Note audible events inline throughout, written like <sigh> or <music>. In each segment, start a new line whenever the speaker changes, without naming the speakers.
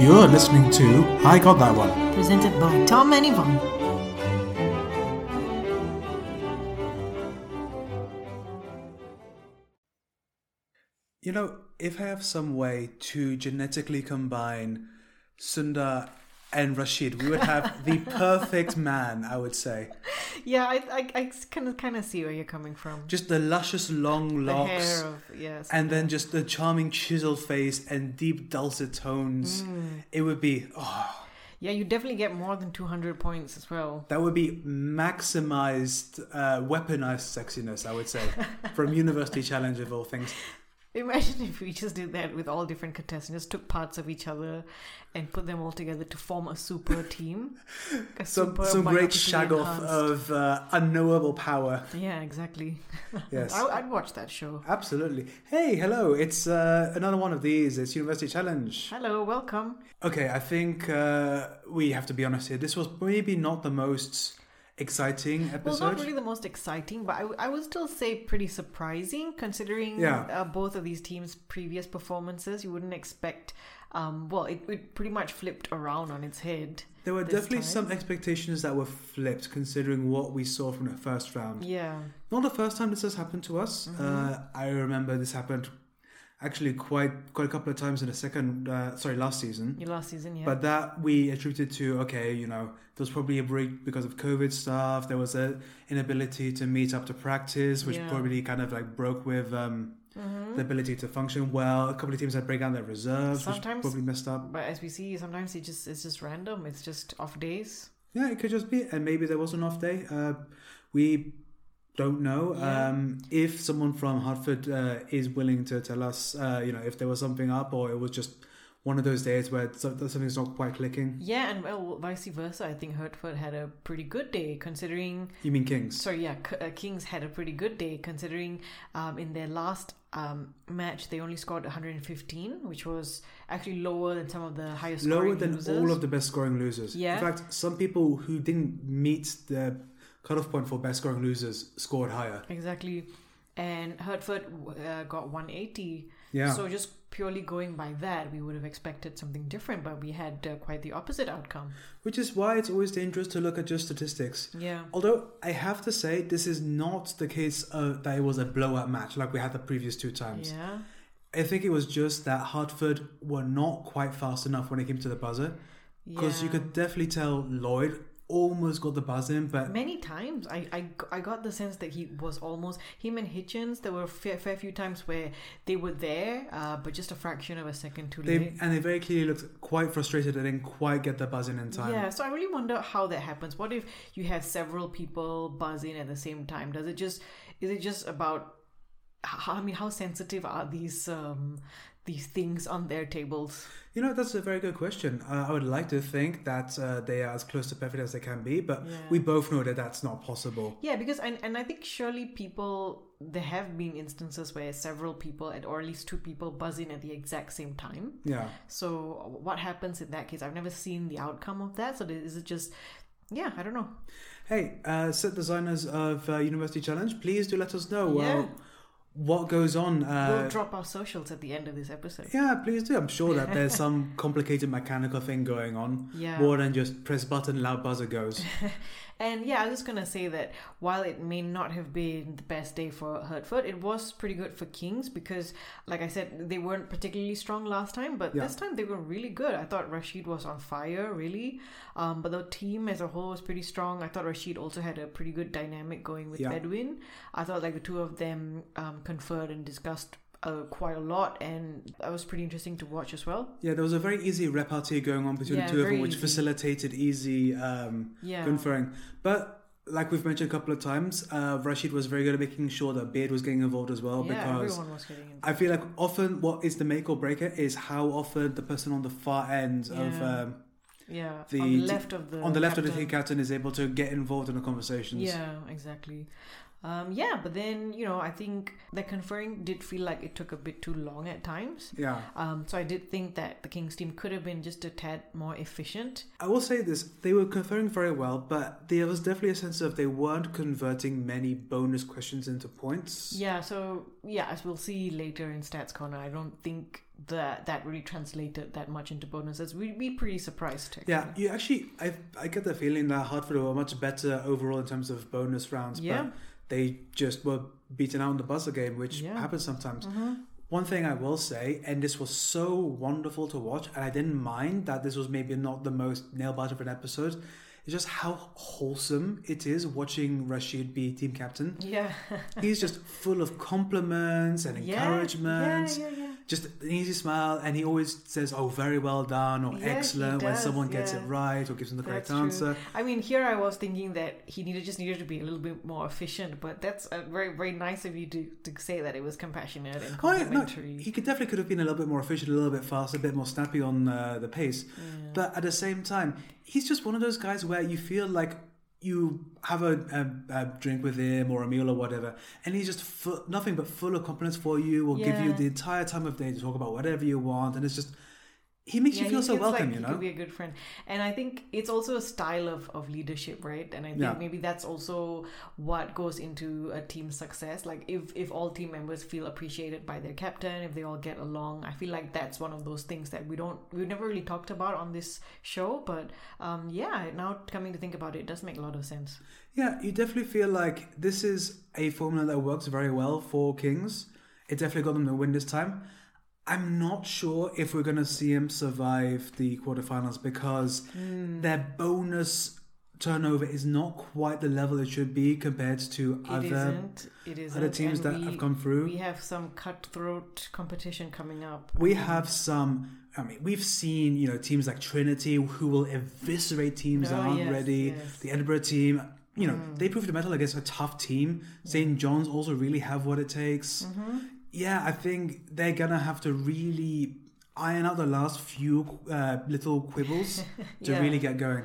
You're listening to I Got That One.
presented by Tom and Yvonne.
You know, if I have some way to genetically combine Sundar and Rashid, we would
<laughs>
have the perfect man, I would say.
Yeah, I, I, I kind of kind of see where you're coming from.
Just the luscious long
the
locks.
hair of yes,
And then just the charming chiseled face and deep dulcet tones.
Mm.
It would be oh,
yeah, you definitely get more than two hundred points as well. <laughs>
that would be maximized uh, weaponized sexiness, I
<laughs>
would say, from University Challenge of all things.
Imagine if we just did that with all different contestants, just took parts of each other and put them all together to form a
<laughs>
super team. A
Some
super
some great
biologically
shag off
enhanced-
of uh,
<laughs>
unknowable power.
Yeah, exactly.
Yes.
I, I'd watch that show.
Absolutely. Hey, hello. It's uh, another one of these. It's University Challenge.
Hello, welcome.
Okay, I think uh, we have to be honest here. This was maybe not the most exciting
Well,
episode.
not really the most exciting, but I, w- I would still say pretty surprising considering
Yeah.
uh, both of these teams' previous performances. You wouldn't expect. Um, well, it, it pretty much flipped around on its head.
there were
this
definitely
time.
some expectations that were flipped considering what we saw from the first round.
Yeah, Mm-hmm.
Not the first time this has happened to us. Uh, I remember this happened actually quite quite a couple of times in the second, uh, sorry, last season.
your last season, yeah.
But that we attributed to okay, you know, there was probably a break because of COVID stuff. There was a inability to meet up to practice, which
Yeah. Mm-hmm.
probably kind of like broke with um, the ability to function well. A couple of teams had break down their reserves,
Sometimes-
which probably messed up.
But as we see, sometimes it just it's just random. It's just off days.
Yeah, it could just be, and maybe there was an off day. Uh, we don't know
Yeah.
um, if someone from Hartford uh, is willing to tell us, uh, you know, if there was something up or it was just one of those days where so- something's not quite clicking.
Yeah, and well, vice versa. I think Hertford had a pretty good day considering
You mean Kings?
Sorry, yeah, K- uh, Kings had a pretty good day considering um, in their last um, match they only scored 115, which was actually lower than some of the highest
lower
scoring
than
losers.
all of the best scoring losers.
Yeah.
In fact, some people who didn't meet the cutoff point for best scoring losers scored higher.
exactly, and Hertford uh, got 180.
Yeah.
So just purely going by that, we would have expected something different, but we had uh, quite the opposite outcome.
Which is why it's always dangerous to look at just statistics.
Yeah.
Although I have to say, this is not the case uh, that it was a blowout match like we had the previous two times.
Yeah.
I think it was just that Hartford were not quite fast enough when it came to the buzzer. Because you
Yeah.
could definitely tell Lloyd almost got the buzz in, but
Many times, I, I, I got the sense that he was almost him and Hitchens. There were a fair, fair few times where they were there, uh, but just a fraction of a second too
they
late.
and they very clearly looked quite frustrated. They didn't quite get the buzz in in time.
Yeah, so I really wonder how that happens. What if you have several people buzz in at the same time? Does it just is it just about? How, I mean, how sensitive are these um, these things on their tables?
You know, that's a very good question. Uh, I would like to think that uh, they are as close to perfect as they can be, but
Yeah.
we both know that that's not possible.
Yeah, because and, and I think surely people there have been instances where several people at or at least two people buzz in at the exact same time.
Yeah.
So what happens in that case? I've never seen the outcome of that. So is it just? Yeah, I don't know.
Hey, uh, set designers of uh, University Challenge, please do let us know uh,
Yeah.
what goes on. Uh,
We'll drop our socials at the end of this episode.
yeah, please do. I'm sure
<laughs>
that there's some complicated mechanical thing going on
Yeah.
more than just press button, loud buzzer
<laughs>
goes.
And yeah, I was just gonna say that while it may not have been the best day for Hertford, it was pretty good for Kings because, like I said, they weren't particularly strong last time, but
Yeah.
this time they were really good. I thought Rashid was on fire, really. Um, but the team as a whole was pretty strong. I thought Rashid also had a pretty good dynamic going with
Yeah.
Edwin. I thought like the two of them um, conferred and discussed. Uh, quite a lot, and that was pretty interesting to watch as well.
yeah, there was a very easy repartee going on between
Yeah,
the two of them,
very
which
easy.
facilitated easy um,
Yeah,
conferring. But like we've mentioned a couple of times, uh, Rashid was very good at making sure that Beard was getting involved as well
yeah,
because
everyone was getting in.
I feel like often what is the make or breaker is how often the person on the far end of
Yeah.
um,
Yeah,
the
on
t-
the left of the
on the left of the
captain.
team captain is able to get involved in the conversations.
Yeah, exactly. Um, yeah, but then you know, I think the conferring did feel like it took a bit too long at times.
Yeah.
Um, so I did think that the Kings team could have been just a tad more efficient.
I will say this: they were conferring very well, but there was definitely a sense of they weren't converting many bonus questions into points.
Yeah. So yeah, as we'll see later in Stats Corner, I don't think that that really translated that much into bonuses. We'd be pretty surprised. Actually.
Yeah, you actually, I I get the feeling that Hartford were much better overall in terms of bonus rounds,
Yeah.
but they just were beaten out in the buzzer game, which
Yeah. Mm-hmm.
happens sometimes. One thing I will say, and this was so wonderful to watch, and I didn't mind that this was maybe not the most nail biter of an episode, is just how wholesome it is watching Rashid be team captain.
Yeah. <laughs>
He's just full of compliments and
Yeah,
encouragement
Yeah, yeah, yeah.
just an easy smile, and he always says, "Oh, very well done," or
Yeah, he
"Excellent" when
does,
someone gets
yeah.
it right or gives him the correct
That's true.
answer.
I mean, here I was thinking that he needed just needed to be a little bit more efficient, but that's uh very very nice of you to, to say that it was compassionate and
Oh, yeah, no,
complimentary.
he could definitely could have been a little bit more efficient, a little bit faster, a bit more snappy on uh, the pace. But at the same time, he's just one of those guys where you feel like you have a, a, a drink with him or a meal or whatever, and he's just full, nothing but full of compliments for you. Will give you
Yeah.
the entire time of day to talk about whatever you want, and it's just he makes you
Yeah,
feel
he
so
feels
welcome.
like
you
he
know,
could be a good friend, and I think it's also a style of, of leadership, right? And I think
Yeah.
maybe that's also what goes into a team's success. Like if if all team members feel appreciated by their captain, if they all get along, I feel like that's one of those things that we don't we never really talked about on this show. But um, yeah, now coming to think about it, it does make a lot of sense.
Yeah, you definitely feel like this is a formula that works very well for Kings. It definitely got them the win this time. I'm not sure if we're going to see him survive the quarterfinals because
Hmm.
their bonus turnover is not quite the level it should be compared to
It
other.
not It isn't.
teams
and
that have come through?
We have some cutthroat competition coming up.
We have some. I mean, we've seen you know teams like Trinity who will eviscerate teams that
Oh,
aren't
yes,
ready.
yes.
The Edinburgh team, you know,
Mm.
they proved the metal against a tough team. St. John's also really have what it takes.
Mm. Mm-hmm.
Yeah, I think they're gonna have to really iron out the last few uh, little
<laughs>
quibbles to
Yeah.
really get going.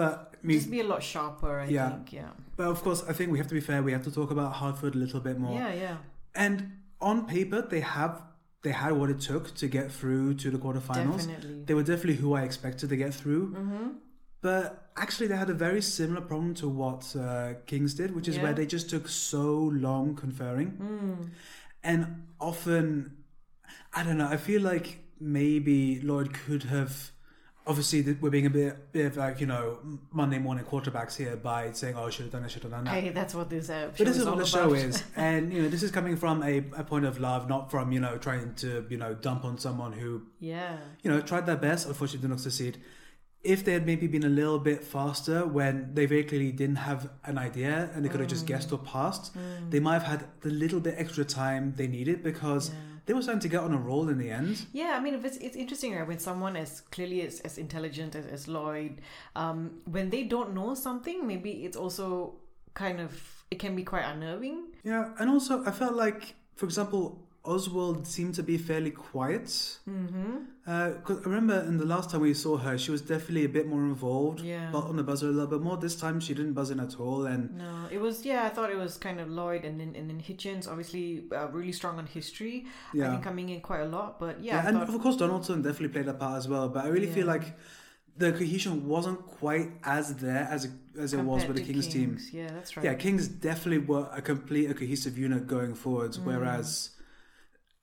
But I mean,
Just be a lot sharper. I
Yeah.
think. Yeah.
but of course, I think we have to be fair. We have to talk about Hartford a little bit more.
Yeah. Yeah.
And on paper, they have they had what it took to get through to the quarterfinals.
Definitely.
They were definitely who I expected to get through.
Mm-hmm.
But actually, they had a very similar problem to what uh, Kings did, which is
Yeah. Mm.
where they just took so long conferring, and often, I don't know. I feel like maybe Lloyd could have. Obviously, th- we're being a bit, bit of like you know Monday morning quarterbacks here by saying, "Oh, I should have done it, should have done that."
Hey, that's what this uh, show
But this is what the
all
show
about. <laughs>
is, and you know this is coming from a, a point of love, not from you know trying to you know dump on someone who
Yeah,
you know tried their best, unfortunately did not succeed. If they had maybe been a little bit faster when they very clearly didn't have an idea and they could have just guessed or passed,
Mm,
they might have had the little bit extra time they needed because they were starting to get on a roll in the end.
yeah. I mean, if it's it's interesting, right? When someone as clearly as, as intelligent as, as Lloyd, um, when they don't know something, maybe it's also kind of it can be quite unnerving.
Yeah, and also I felt like, for example, Oswald seemed to be fairly quiet. Mm-hmm. Because I remember in the last time we saw her, she was definitely a bit more involved.
Yeah.
But on the buzzer a little bit more. This time she didn't buzz in at all, and
No, it was yeah. I thought it was kind of Lloyd and then and then Hitchens, obviously uh, really strong on history. I
Yeah.
think coming in quite a lot, but yeah,
yeah,
I
and
thought-
of course Donaldson definitely played a part as well. But I really feel
Yeah.
like the cohesion wasn't quite as there as it, as it was
compared
with the
to
Kings, team.
Yeah, that's right.
Yeah, Kings definitely were a complete, a cohesive unit going forwards.
Mm.
Whereas,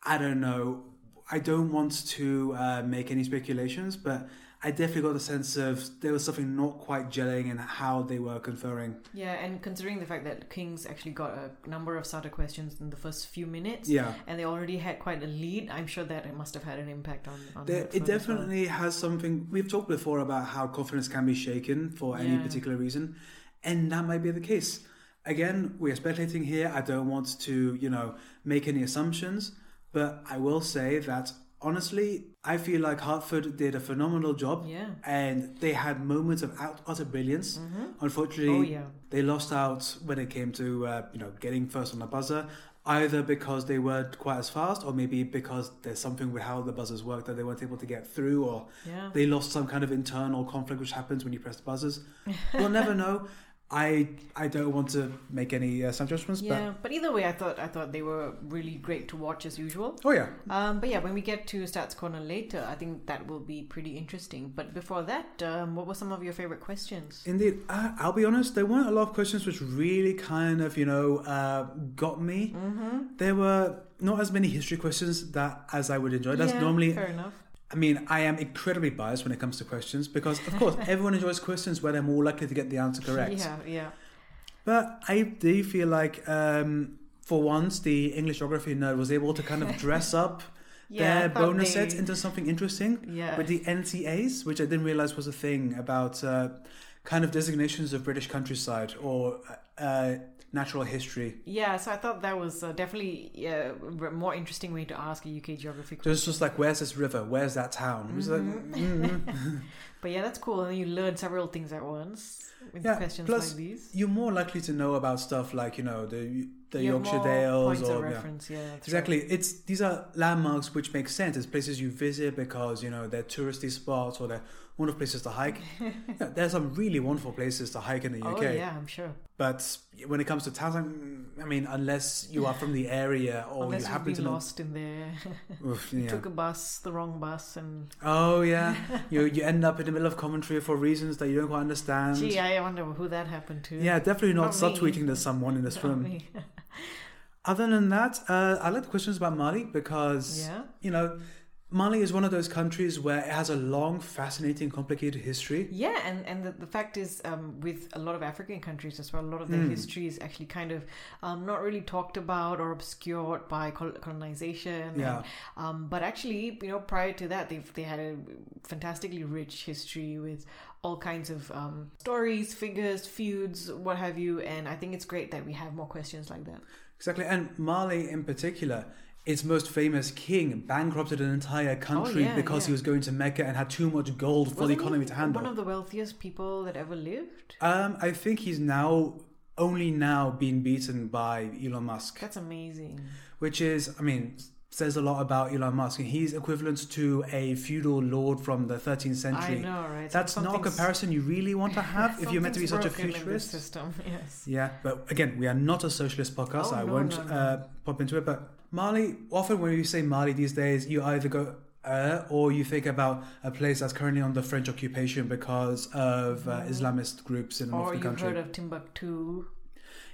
I don't know, I don't want to uh, make any speculations, but I definitely got the sense of there was something not quite gelling in how they were conferring.
Yeah, and considering the fact that Kings actually got a number of starter questions in the first few minutes,
Yeah.
and they already had quite a lead, I'm sure that it must have had an impact on. on
There,
Watford
it
as well.
definitely has something. We've talked before about how confidence can be shaken for any
Yeah.
particular reason, and that might be the case. Again, we are speculating here. I don't want to, you know, make any assumptions, but I will say that honestly, I feel like Hartford did a phenomenal job.
Yeah.
And they had moments of out, utter brilliance. Unfortunately,
Oh, yeah.
they lost out when it came to uh, you know getting first on the buzzer, either because they weren't quite as fast, or maybe because there's something with how the buzzers work that they weren't able to get through, or
Yeah.
they lost some kind of internal conflict which happens when you press the
<laughs>
buzzers. we'll never know. I I don't want to make any uh, some judgments,
Yeah, but either way, I thought I thought they were really great to watch as usual.
but oh yeah,
Um, but yeah, when we get to Stats Corner later, I think that will be pretty interesting. But before that, um, what were some of your favorite questions?
Indeed, I, I'll be honest. There
Mm-hmm.
weren't a lot of questions which really kind of you know uh, got me. uh, There were not as many history questions that as I would enjoy. That's
Yeah,
normally
fair enough.
I mean, I am incredibly biased when it comes to questions because, of
<laughs>
course, everyone enjoys questions where they're more likely to get the answer correct.
Yeah, yeah.
But I do feel like, um, for once, the English geography nerd was able to kind of
<laughs>
dress up
Yeah, I
their
thought
bonus
they-
sets into something interesting
Yeah.
with the NCAs, which I didn't realize was a thing about uh, kind of designations of British countryside or uh, natural history.
Yeah, so I thought that was uh, definitely yeah, a more interesting way to ask a UK geography question.
So it's just like, where's this river? Where's that town? It was like,
Mm-hmm.
mm.
But yeah, that's cool. And you learn several things at once with
Yeah,
questions
plus
like these.
you're more likely to know about stuff like you know the the
You have
Yorkshire
more
Dales
points of
or yeah.
reference. Yeah, that's right.
exactly. It's these are landmarks which make sense. It's places you visit because you know they're touristy spots or they're wonderful places to
<laughs>
hike. yeah, there's some really wonderful places to hike in the UK,
Oh yeah, I'm sure.
but when it comes to towns, I'm- I mean, unless you are from the area or
Unless
you
you've
happen
been
to know,
lost in there,
<laughs>
<laughs>
Oof, yeah.
took a bus, the wrong bus, and
oh
<laughs>
yeah, you you end up in the middle of commentary for reasons that you don't quite understand.
gee, I wonder who that happened to. <laughs>
yeah, definitely not,
Not me.
subtweeting to someone in
<laughs>
this
Not
room.
me.
Other than that, uh, I like the questions about Mali because,
Yeah.
you know, Mali is one of those countries where it has a long, fascinating, complicated history.
Yeah, and, and the, the fact is, um, with a lot of African countries as well, a lot of their
Hmm.
history is actually kind of um, not really talked about or obscured by col- colonization.
Yeah.
And, um, but actually, you know, prior to that, they've, they had a fantastically rich history with all kinds of um, stories, figures, feuds, what have you. And I think it's great that we have more questions like that.
Exactly. And Mali, in particular, its most famous king bankrupted an entire country
Oh, yeah,
because
yeah.
he was going to Mecca and had too much gold for the
Wasn't he
economy to handle.
One of the wealthiest people that ever lived.
um, I think he's now only now been beaten by Elon Musk,
That's amazing.
which is, I mean, says a lot about Elon Musk. And he's equivalent to a feudal lord from the 13th
I
century.
know, right?
That's not a
Something's-
comparison you really want
<laughs>
to have if you're meant to be such a
something's broken in this
futurist.
system, <laughs> yes.
Yeah, but again, we are not a socialist podcast.
Oh,
I
no,
won't
no, no.
Uh, pop into it. But Mali, often when you say Mali these days, you either go uh, or you think about a place that's currently under French occupation because of uh, Islamist groups in the north
Mm. or
of
you've
the country.
heard of Timbuktu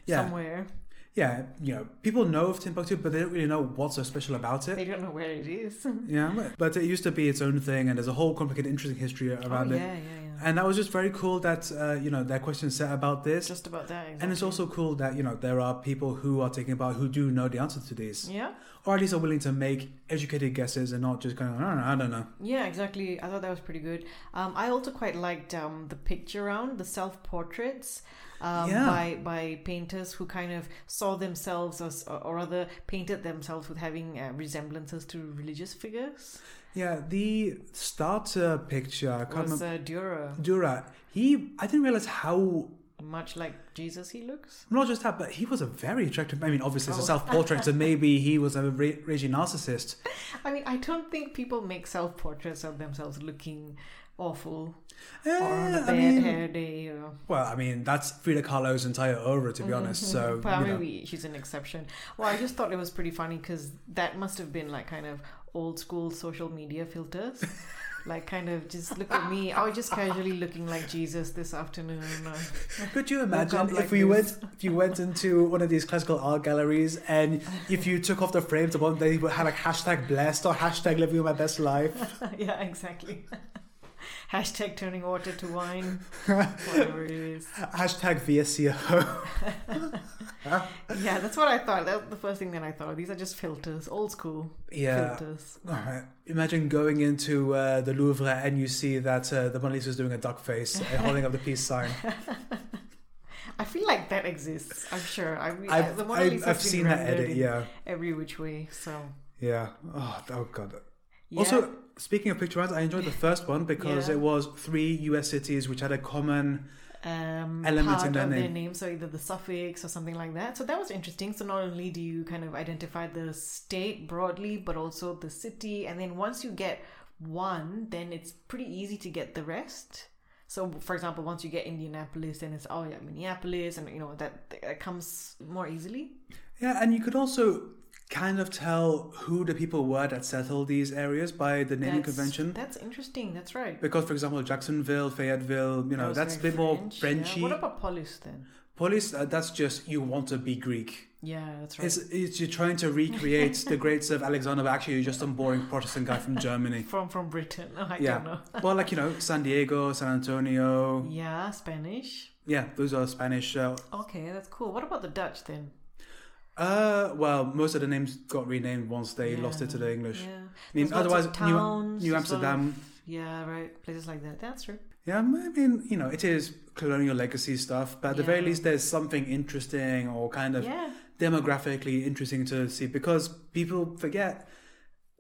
Yeah.
somewhere.
yeah, you know, people know of Timbuktu, but they don't really know what's so special about it.
They don't know where it is. <laughs>
Yeah, but it used to be its own thing, and there's a whole complicated, interesting history
Oh,
around
yeah,
it.
yeah, yeah.
And that was just very cool that uh, you know their question set about this.
Just about that. Exactly.
And it's also cool that you know there are people who are thinking about who do know the answer to these,
yeah,
or at least are willing to make educated guesses and not just going, "Oh, I don't know.
yeah, exactly. I thought that was pretty good. Um, I also quite liked um, the picture round, the self portraits. Um,
Yeah.
by by painters who kind of saw themselves as, or rather, painted themselves with having uh, remembrances to religious figures.
Yeah, the starter picture, I can't
Was
remember.
uh, Dürer
Dura, he, I didn't realize how
much like Jesus? He looks.
not just that, but he was a very attractive. I mean, obviously
Oh.
it's a self-portrait, so maybe he was a ra- raging narcissist.
I mean, I don't think people make self portraits of themselves looking awful or on a
Eh,
bad
I mean,
hair day. Or,
well, I mean that's Frida Kahlo's entire aura, to be honest. So
but
uh, you
Mm-hmm. I
know.
mean, we, she's an exception. Well, I just thought it was pretty funny because that must have been like kind of old school social media
<laughs>
filters. Like kind of just look at me. I was just casually looking like Jesus this afternoon. <laughs> or-
Could you
Woke
imagine
up
if
like
we
this.
went if you went into one of these classical art galleries and if you took off the frames, the one they would have like hashtag blessed or hashtag living my best life. <laughs>
yeah, exactly. <laughs> Hashtag turning water to wine. Whatever it is.
Hashtag VSCO.
Yeah, that's what I thought. That was the first thing that I thought. These are just filters, old school
Yeah.
filters.
Alright. Imagine going into uh, the Louvre and you see that uh, the Mona Lisa is doing a duck face and holding up the peace
<laughs>
sign.
I feel like that exists. I'm sure. I mean,
I've,
the Mona
I've,
Lisa's
I've
been
seen that
rendered
edit,
in
yeah.
Every which way. So.
Yeah. Oh, oh god.
Yeah.
Also, speaking of picture rounds, I enjoyed the first one because
Yeah.
it was three US cities which had a common
um,
element
part
in their
of their
name.
name, so either the suffix or something like that. So that was interesting. So not only do you kind of identify the state broadly, but also the city, and then once you get one, then it's pretty easy to get the rest. So, for example, once you get Indianapolis, then it's oh yeah, Minneapolis, and you know that, that comes more easily.
Yeah, and you could also kind of tell who the people were that settled these areas by the naming
That's-
convention.
That's interesting. That's right.
Because, for example, Jacksonville, Fayetteville, you know,
That
that's
was
a
very
bit more
French, yeah.
Frenchy.
What about Polis then?
Polis, uh, that's just you want to be Greek.
Yeah, that's right.
It's, it's you're trying to recreate
<laughs>
the greats of Alexander, but actually you're just some boring Protestant guy from Germany.
from from Britain. <laughs> I don't
Yeah, Um,
know.
well, like you know, San Diego, San Antonio.
Yeah, Spanish.
Yeah, those are Spanish. Uh,
Okay, that's cool. What about the Dutch then?
uh well, most of the names got renamed once they lost
Yeah,
it to the English.
Yeah.
I mean,
There's lots of
otherwise, New,
towns,
New
there's a lot of-
Amsterdam.
Yeah, right. Places like that. That's true.
Yeah, I mean, you know, it is colonial legacy stuff, but at the very
Yeah.
least, there's something interesting or kind of
Yeah.
demographically interesting to see because people forget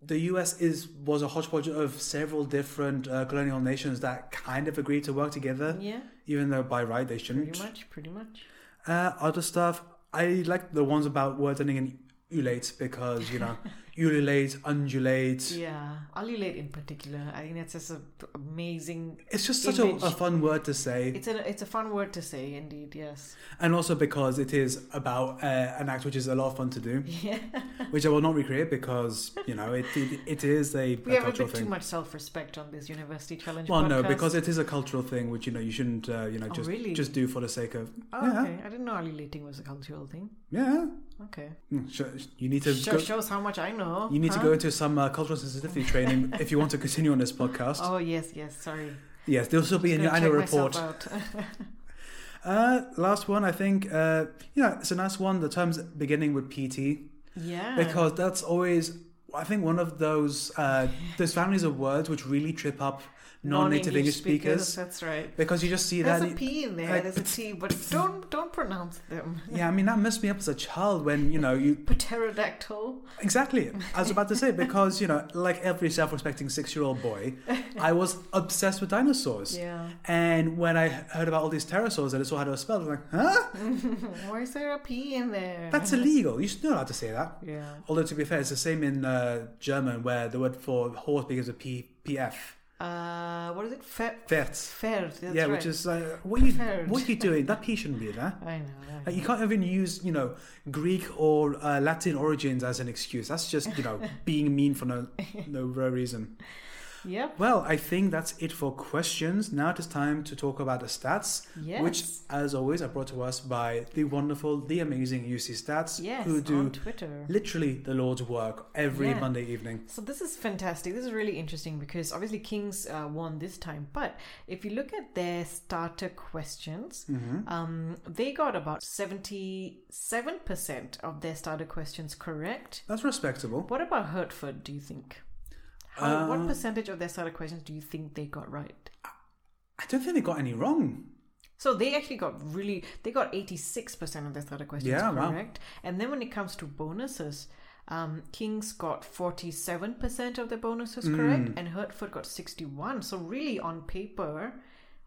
the U.S. is was a hodgepodge of several different uh, colonial nations that kind of agreed to work together,
Yeah.
even though by right they shouldn't.
Mm-hmm. Pretty much. Pretty much.
Uh, other stuff, I like the ones about words ending in ulate because you
<laughs>
know, ululate, undulate.
Yeah. Alulate in particular. I think that's just an amazing.
It's just such a,
Image.
a fun word to say.
It's a it's a fun word to say indeed. Yes. <laughs>
and also because it is about uh, an act which is a lot of fun to do,
Yeah.
which I will not recreate because you know it it, it is a,
We
a
have a
cultural
bit
thing.
too much self respect on this university challenge.
well, no,
podcast.
because it is a cultural thing which you know you shouldn't uh, you know
Oh,
just
really?
just do for the sake of
Oh,
yeah
okay. I didn't know alulating was a cultural thing.
yeah.
Okay.
Hmm, sh- You need to
Sho-
go,
shows how much I know.
you need
oh, huh?
to go into some uh, cultural
<laughs>
sensitivity training if you want to continue on this podcast.
Oh yes, yes. Sorry.
Yes, this will be in
Gonna
your
check
annual
myself
report.
out. <laughs>
Uh, last one, I think. Uh, you know, it's a nice one. The terms beginning with PT
yeah.
because that's always I think one of those uh, those families of words which really trip up non-native English speakers,
That's right.
because you just see
There's
that.
a P in there.
like,
There's a T,
<laughs>
but don't don't pronounce them. <laughs>
yeah, I mean that messed me up as a child when you know you
Pterodactyl.
Exactly. I was about to say because you know, like every self-respecting six-year-old boy, I was obsessed with dinosaurs.
Yeah.
And when I heard about all these pterosaurs that I saw how to was spelled, I'm like, huh?
<laughs> Why is there a P in there?
That's illegal. You're not allowed to say that.
<laughs> yeah.
Although to be fair, it's the same in uh, German where the word for horse begins with P P F.
Uh, what is it? Fer.
Fert.
Fer. That's
yeah,
right.
which is like, what are you
Fert.
what are you doing? That P shouldn't be there.
I know. I
Like, you
know.
can't even use you know Greek or uh, Latin origins as an excuse. That's just
<laughs>
you know being mean for no no real reason.
Yep.
Well, I think that's it for questions. Now it is time to talk about the stats, which,
Yes.
as always, are brought to us by the wonderful, the amazing UC Stats,
Yes.
who do
on Twitter.
literally the Lord's work every
Yeah.
Monday evening.
So this is fantastic. This is really interesting because obviously Kings uh, won this time, but if you look at their starter questions, um, they got about seventy-seven percent of their starter questions correct.
That's respectable.
What about Hertford? Do you think? How, what percentage of their starter questions do you think they got right?
I don't think they got any wrong.
So they actually got really they got eighty six percent of their starter questions
Yeah, wow.
correct. And then when it comes to bonuses, um, Kings got forty seven percent of their bonuses
Hmm.
correct, and Hertford got sixty one. So really, on paper,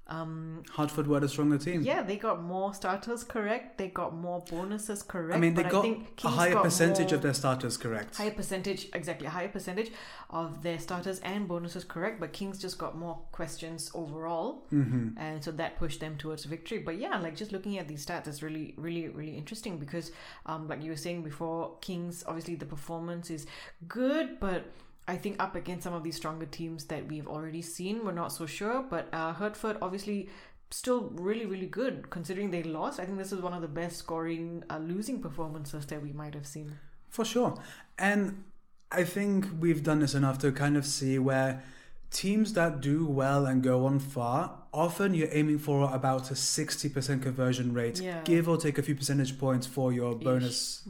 um,
Hartford were the stronger team.
yeah, they got more starters correct. They got more bonuses correct.
I mean, they
but
got
think
a
Kings
higher
got
percentage
more-
of their starters correct.
higher percentage exactly a higher percentage of their starters and bonuses correct but kings just got more questions overall and so that pushed them towards victory but yeah like just looking at these stats is really really really interesting because um like you were saying before kings obviously the performance is good but I think up against some of these stronger teams that we've already seen, we're not so sure. But uh, Hertford obviously still really, really good considering they lost. I think this is one of the best scoring uh, losing performances that we might have seen.
For sure. And I think we've done this enough to kind of see where teams that do well and go on far, often you're aiming for about a 60% conversion rate,
Yeah. Mm-hmm.
give or take a few percentage points for your bonus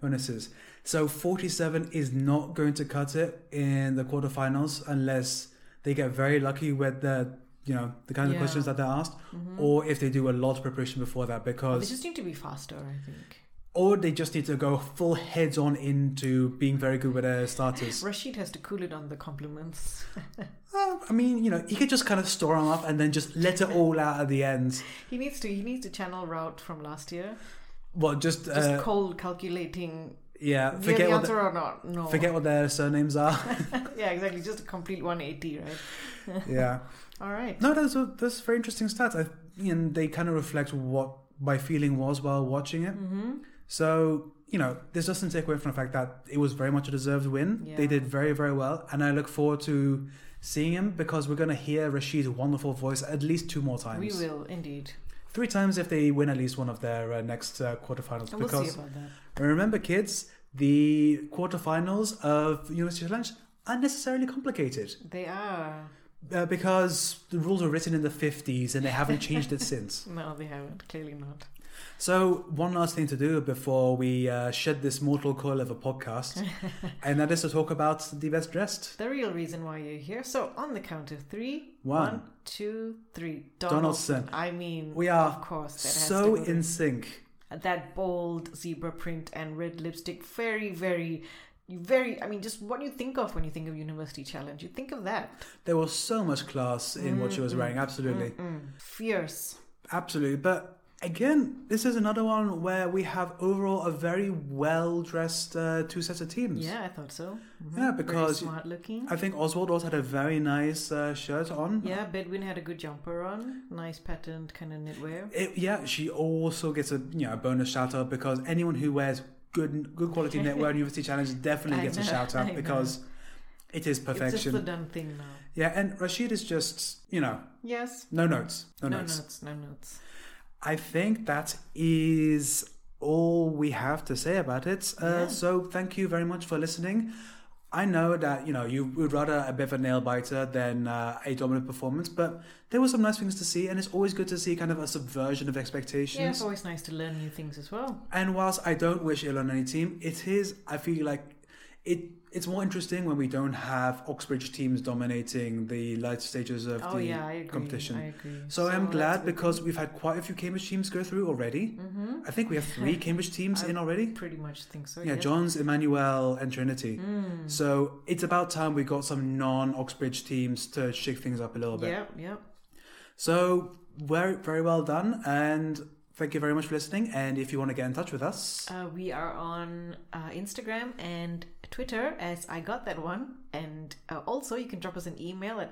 bonuses. So 47 is not going to cut it in the quarterfinals unless they get very lucky with the you know the kind of
Yeah. Mm-hmm.
questions that they're asked or if they do a lot of preparation before that
They
because
just need to be faster, I think.
or they just need to go full heads on into being very good with their starters.
Rashid has to cool it on the compliments. <laughs>
Uh, I mean, you know, he could just kind of store them up and then just let it all out at the end.
he needs to he needs to channel route from last year.
Well, just,
Just
uh,
cold calculating
yeah,
do you have
forget
the
what
answer
the,
or not. No.
forget what their surnames are.
<laughs>
<laughs>
yeah, exactly. Just a complete one eighty, right?
yeah,
All right.
no, that's a, that's very interesting stats. I, and they kind of reflect what my feeling was while watching it.
Mm-hmm.
So you know, this doesn't take away from the fact that it was very much a deserved win.
Yeah.
They did very very well, and I look forward to seeing him because we're gonna hear Rashid's wonderful voice at least two more times.
We will indeed.
three times if they win at least one of their uh, next uh, quarterfinals.
And we'll
because
see about that.
remember, kids, the quarterfinals of University Challenge are necessarily complicated
They are.
uh, because the rules were written in the 50s and they haven't changed
<laughs>
it since.
No, they haven't. Clearly not.
So, one last thing to do before we uh, shed this mortal coil of a podcast, and that is to talk about the best dressed.
The real reason why you're here. So, on the count of three,
One.
one, two, three.
Donaldson.
I mean,
We are
of course that has
so
to go
in sync.
that bold zebra print and red lipstick. Very, very, very. I mean, just what you think of when you think of University Challenge. You think of that
There was so much class in what she was wearing,
Mm-hmm.
absolutely.
Mm. fierce.
Absolutely. But again, this is another one where we have overall a very well dressed uh, two sets of teams.
Yeah, I thought so.
Yeah,
Very
because
smart looking.
I think Oswald also had a very nice uh, shirt on.
Yeah, Bedwin had a good jumper on. Nice patterned kind of knitwear.
It, yeah, she also gets a you know a bonus shout out because anyone who wears good good quality
<laughs>
netwear University Challenge definitely
I
gets a
know,
shout
<laughs> I
out
know.
because it is
It's just the
perfection.
done thing now.
Yeah, and Rashid is just you know
Yes.
no notes, no,
No
notes.
notes. No notes.
I think that is all we have to say about it. Uh, So thank you very much for listening. I know that you know you would rather a bit of a nail biter than uh, a dominant performance, but there were some nice things to see, and it's always good to see kind of a subversion of
Yeah, it's
expectations.
always nice to learn new things as well.
And whilst I don't wish ill on any team, it is I feel like it it's more interesting when we don't have Oxbridge teams dominating the later stages of
Oh
the
yeah, I agree.
competition.
I agree.
So, I'm
that's
glad
good.
because we've had quite a few Cambridge teams go through already. Mm-hmm. I think we have three Cambridge teams in already.
pretty much think Um, so. Hmm. Mm.
Yeah,
yes.
Johns, Emmanuel, and Trinity. So it's about time we got some non Oxbridge teams to shake things up a little bit.
Yep, yep.
So very, very well done, and thank you very much for listening. And if you want to get in touch with us,
Uh, we are on uh, Instagram and Twitter as I Got That One. And uh, also, you can drop us an email at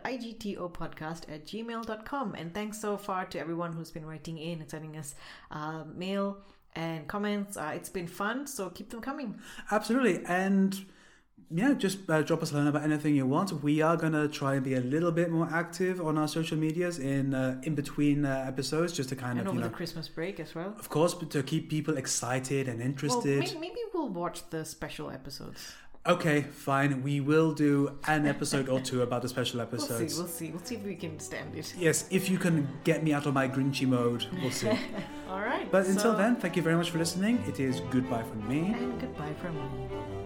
igtopodcast at gmail.com. And thanks so far to everyone who's been writing in and sending us uh, mail and comments. Uh, it's been fun, so keep them coming.
Absolutely, and yeah, just uh, drop us a line about anything you want. We are gonna try and be a little bit more active on our social medias in uh, in between uh, episodes, just to kind
And
of
over
you know,
the Christmas break as well.
of course, but to keep people excited and
Well,
interested.
maybe, maybe we'll watch the special episodes.
Okay, fine. We will do an episode or two about the special
<laughs> We'll
episodes.
see, we'll see. We'll see if we can stand it.
Yes, if you can get me out of my Grinchy mode, we'll
<laughs>
see.
All right.
But until
so-
then, thank you very much for listening. It is goodbye from me.
And goodbye from me.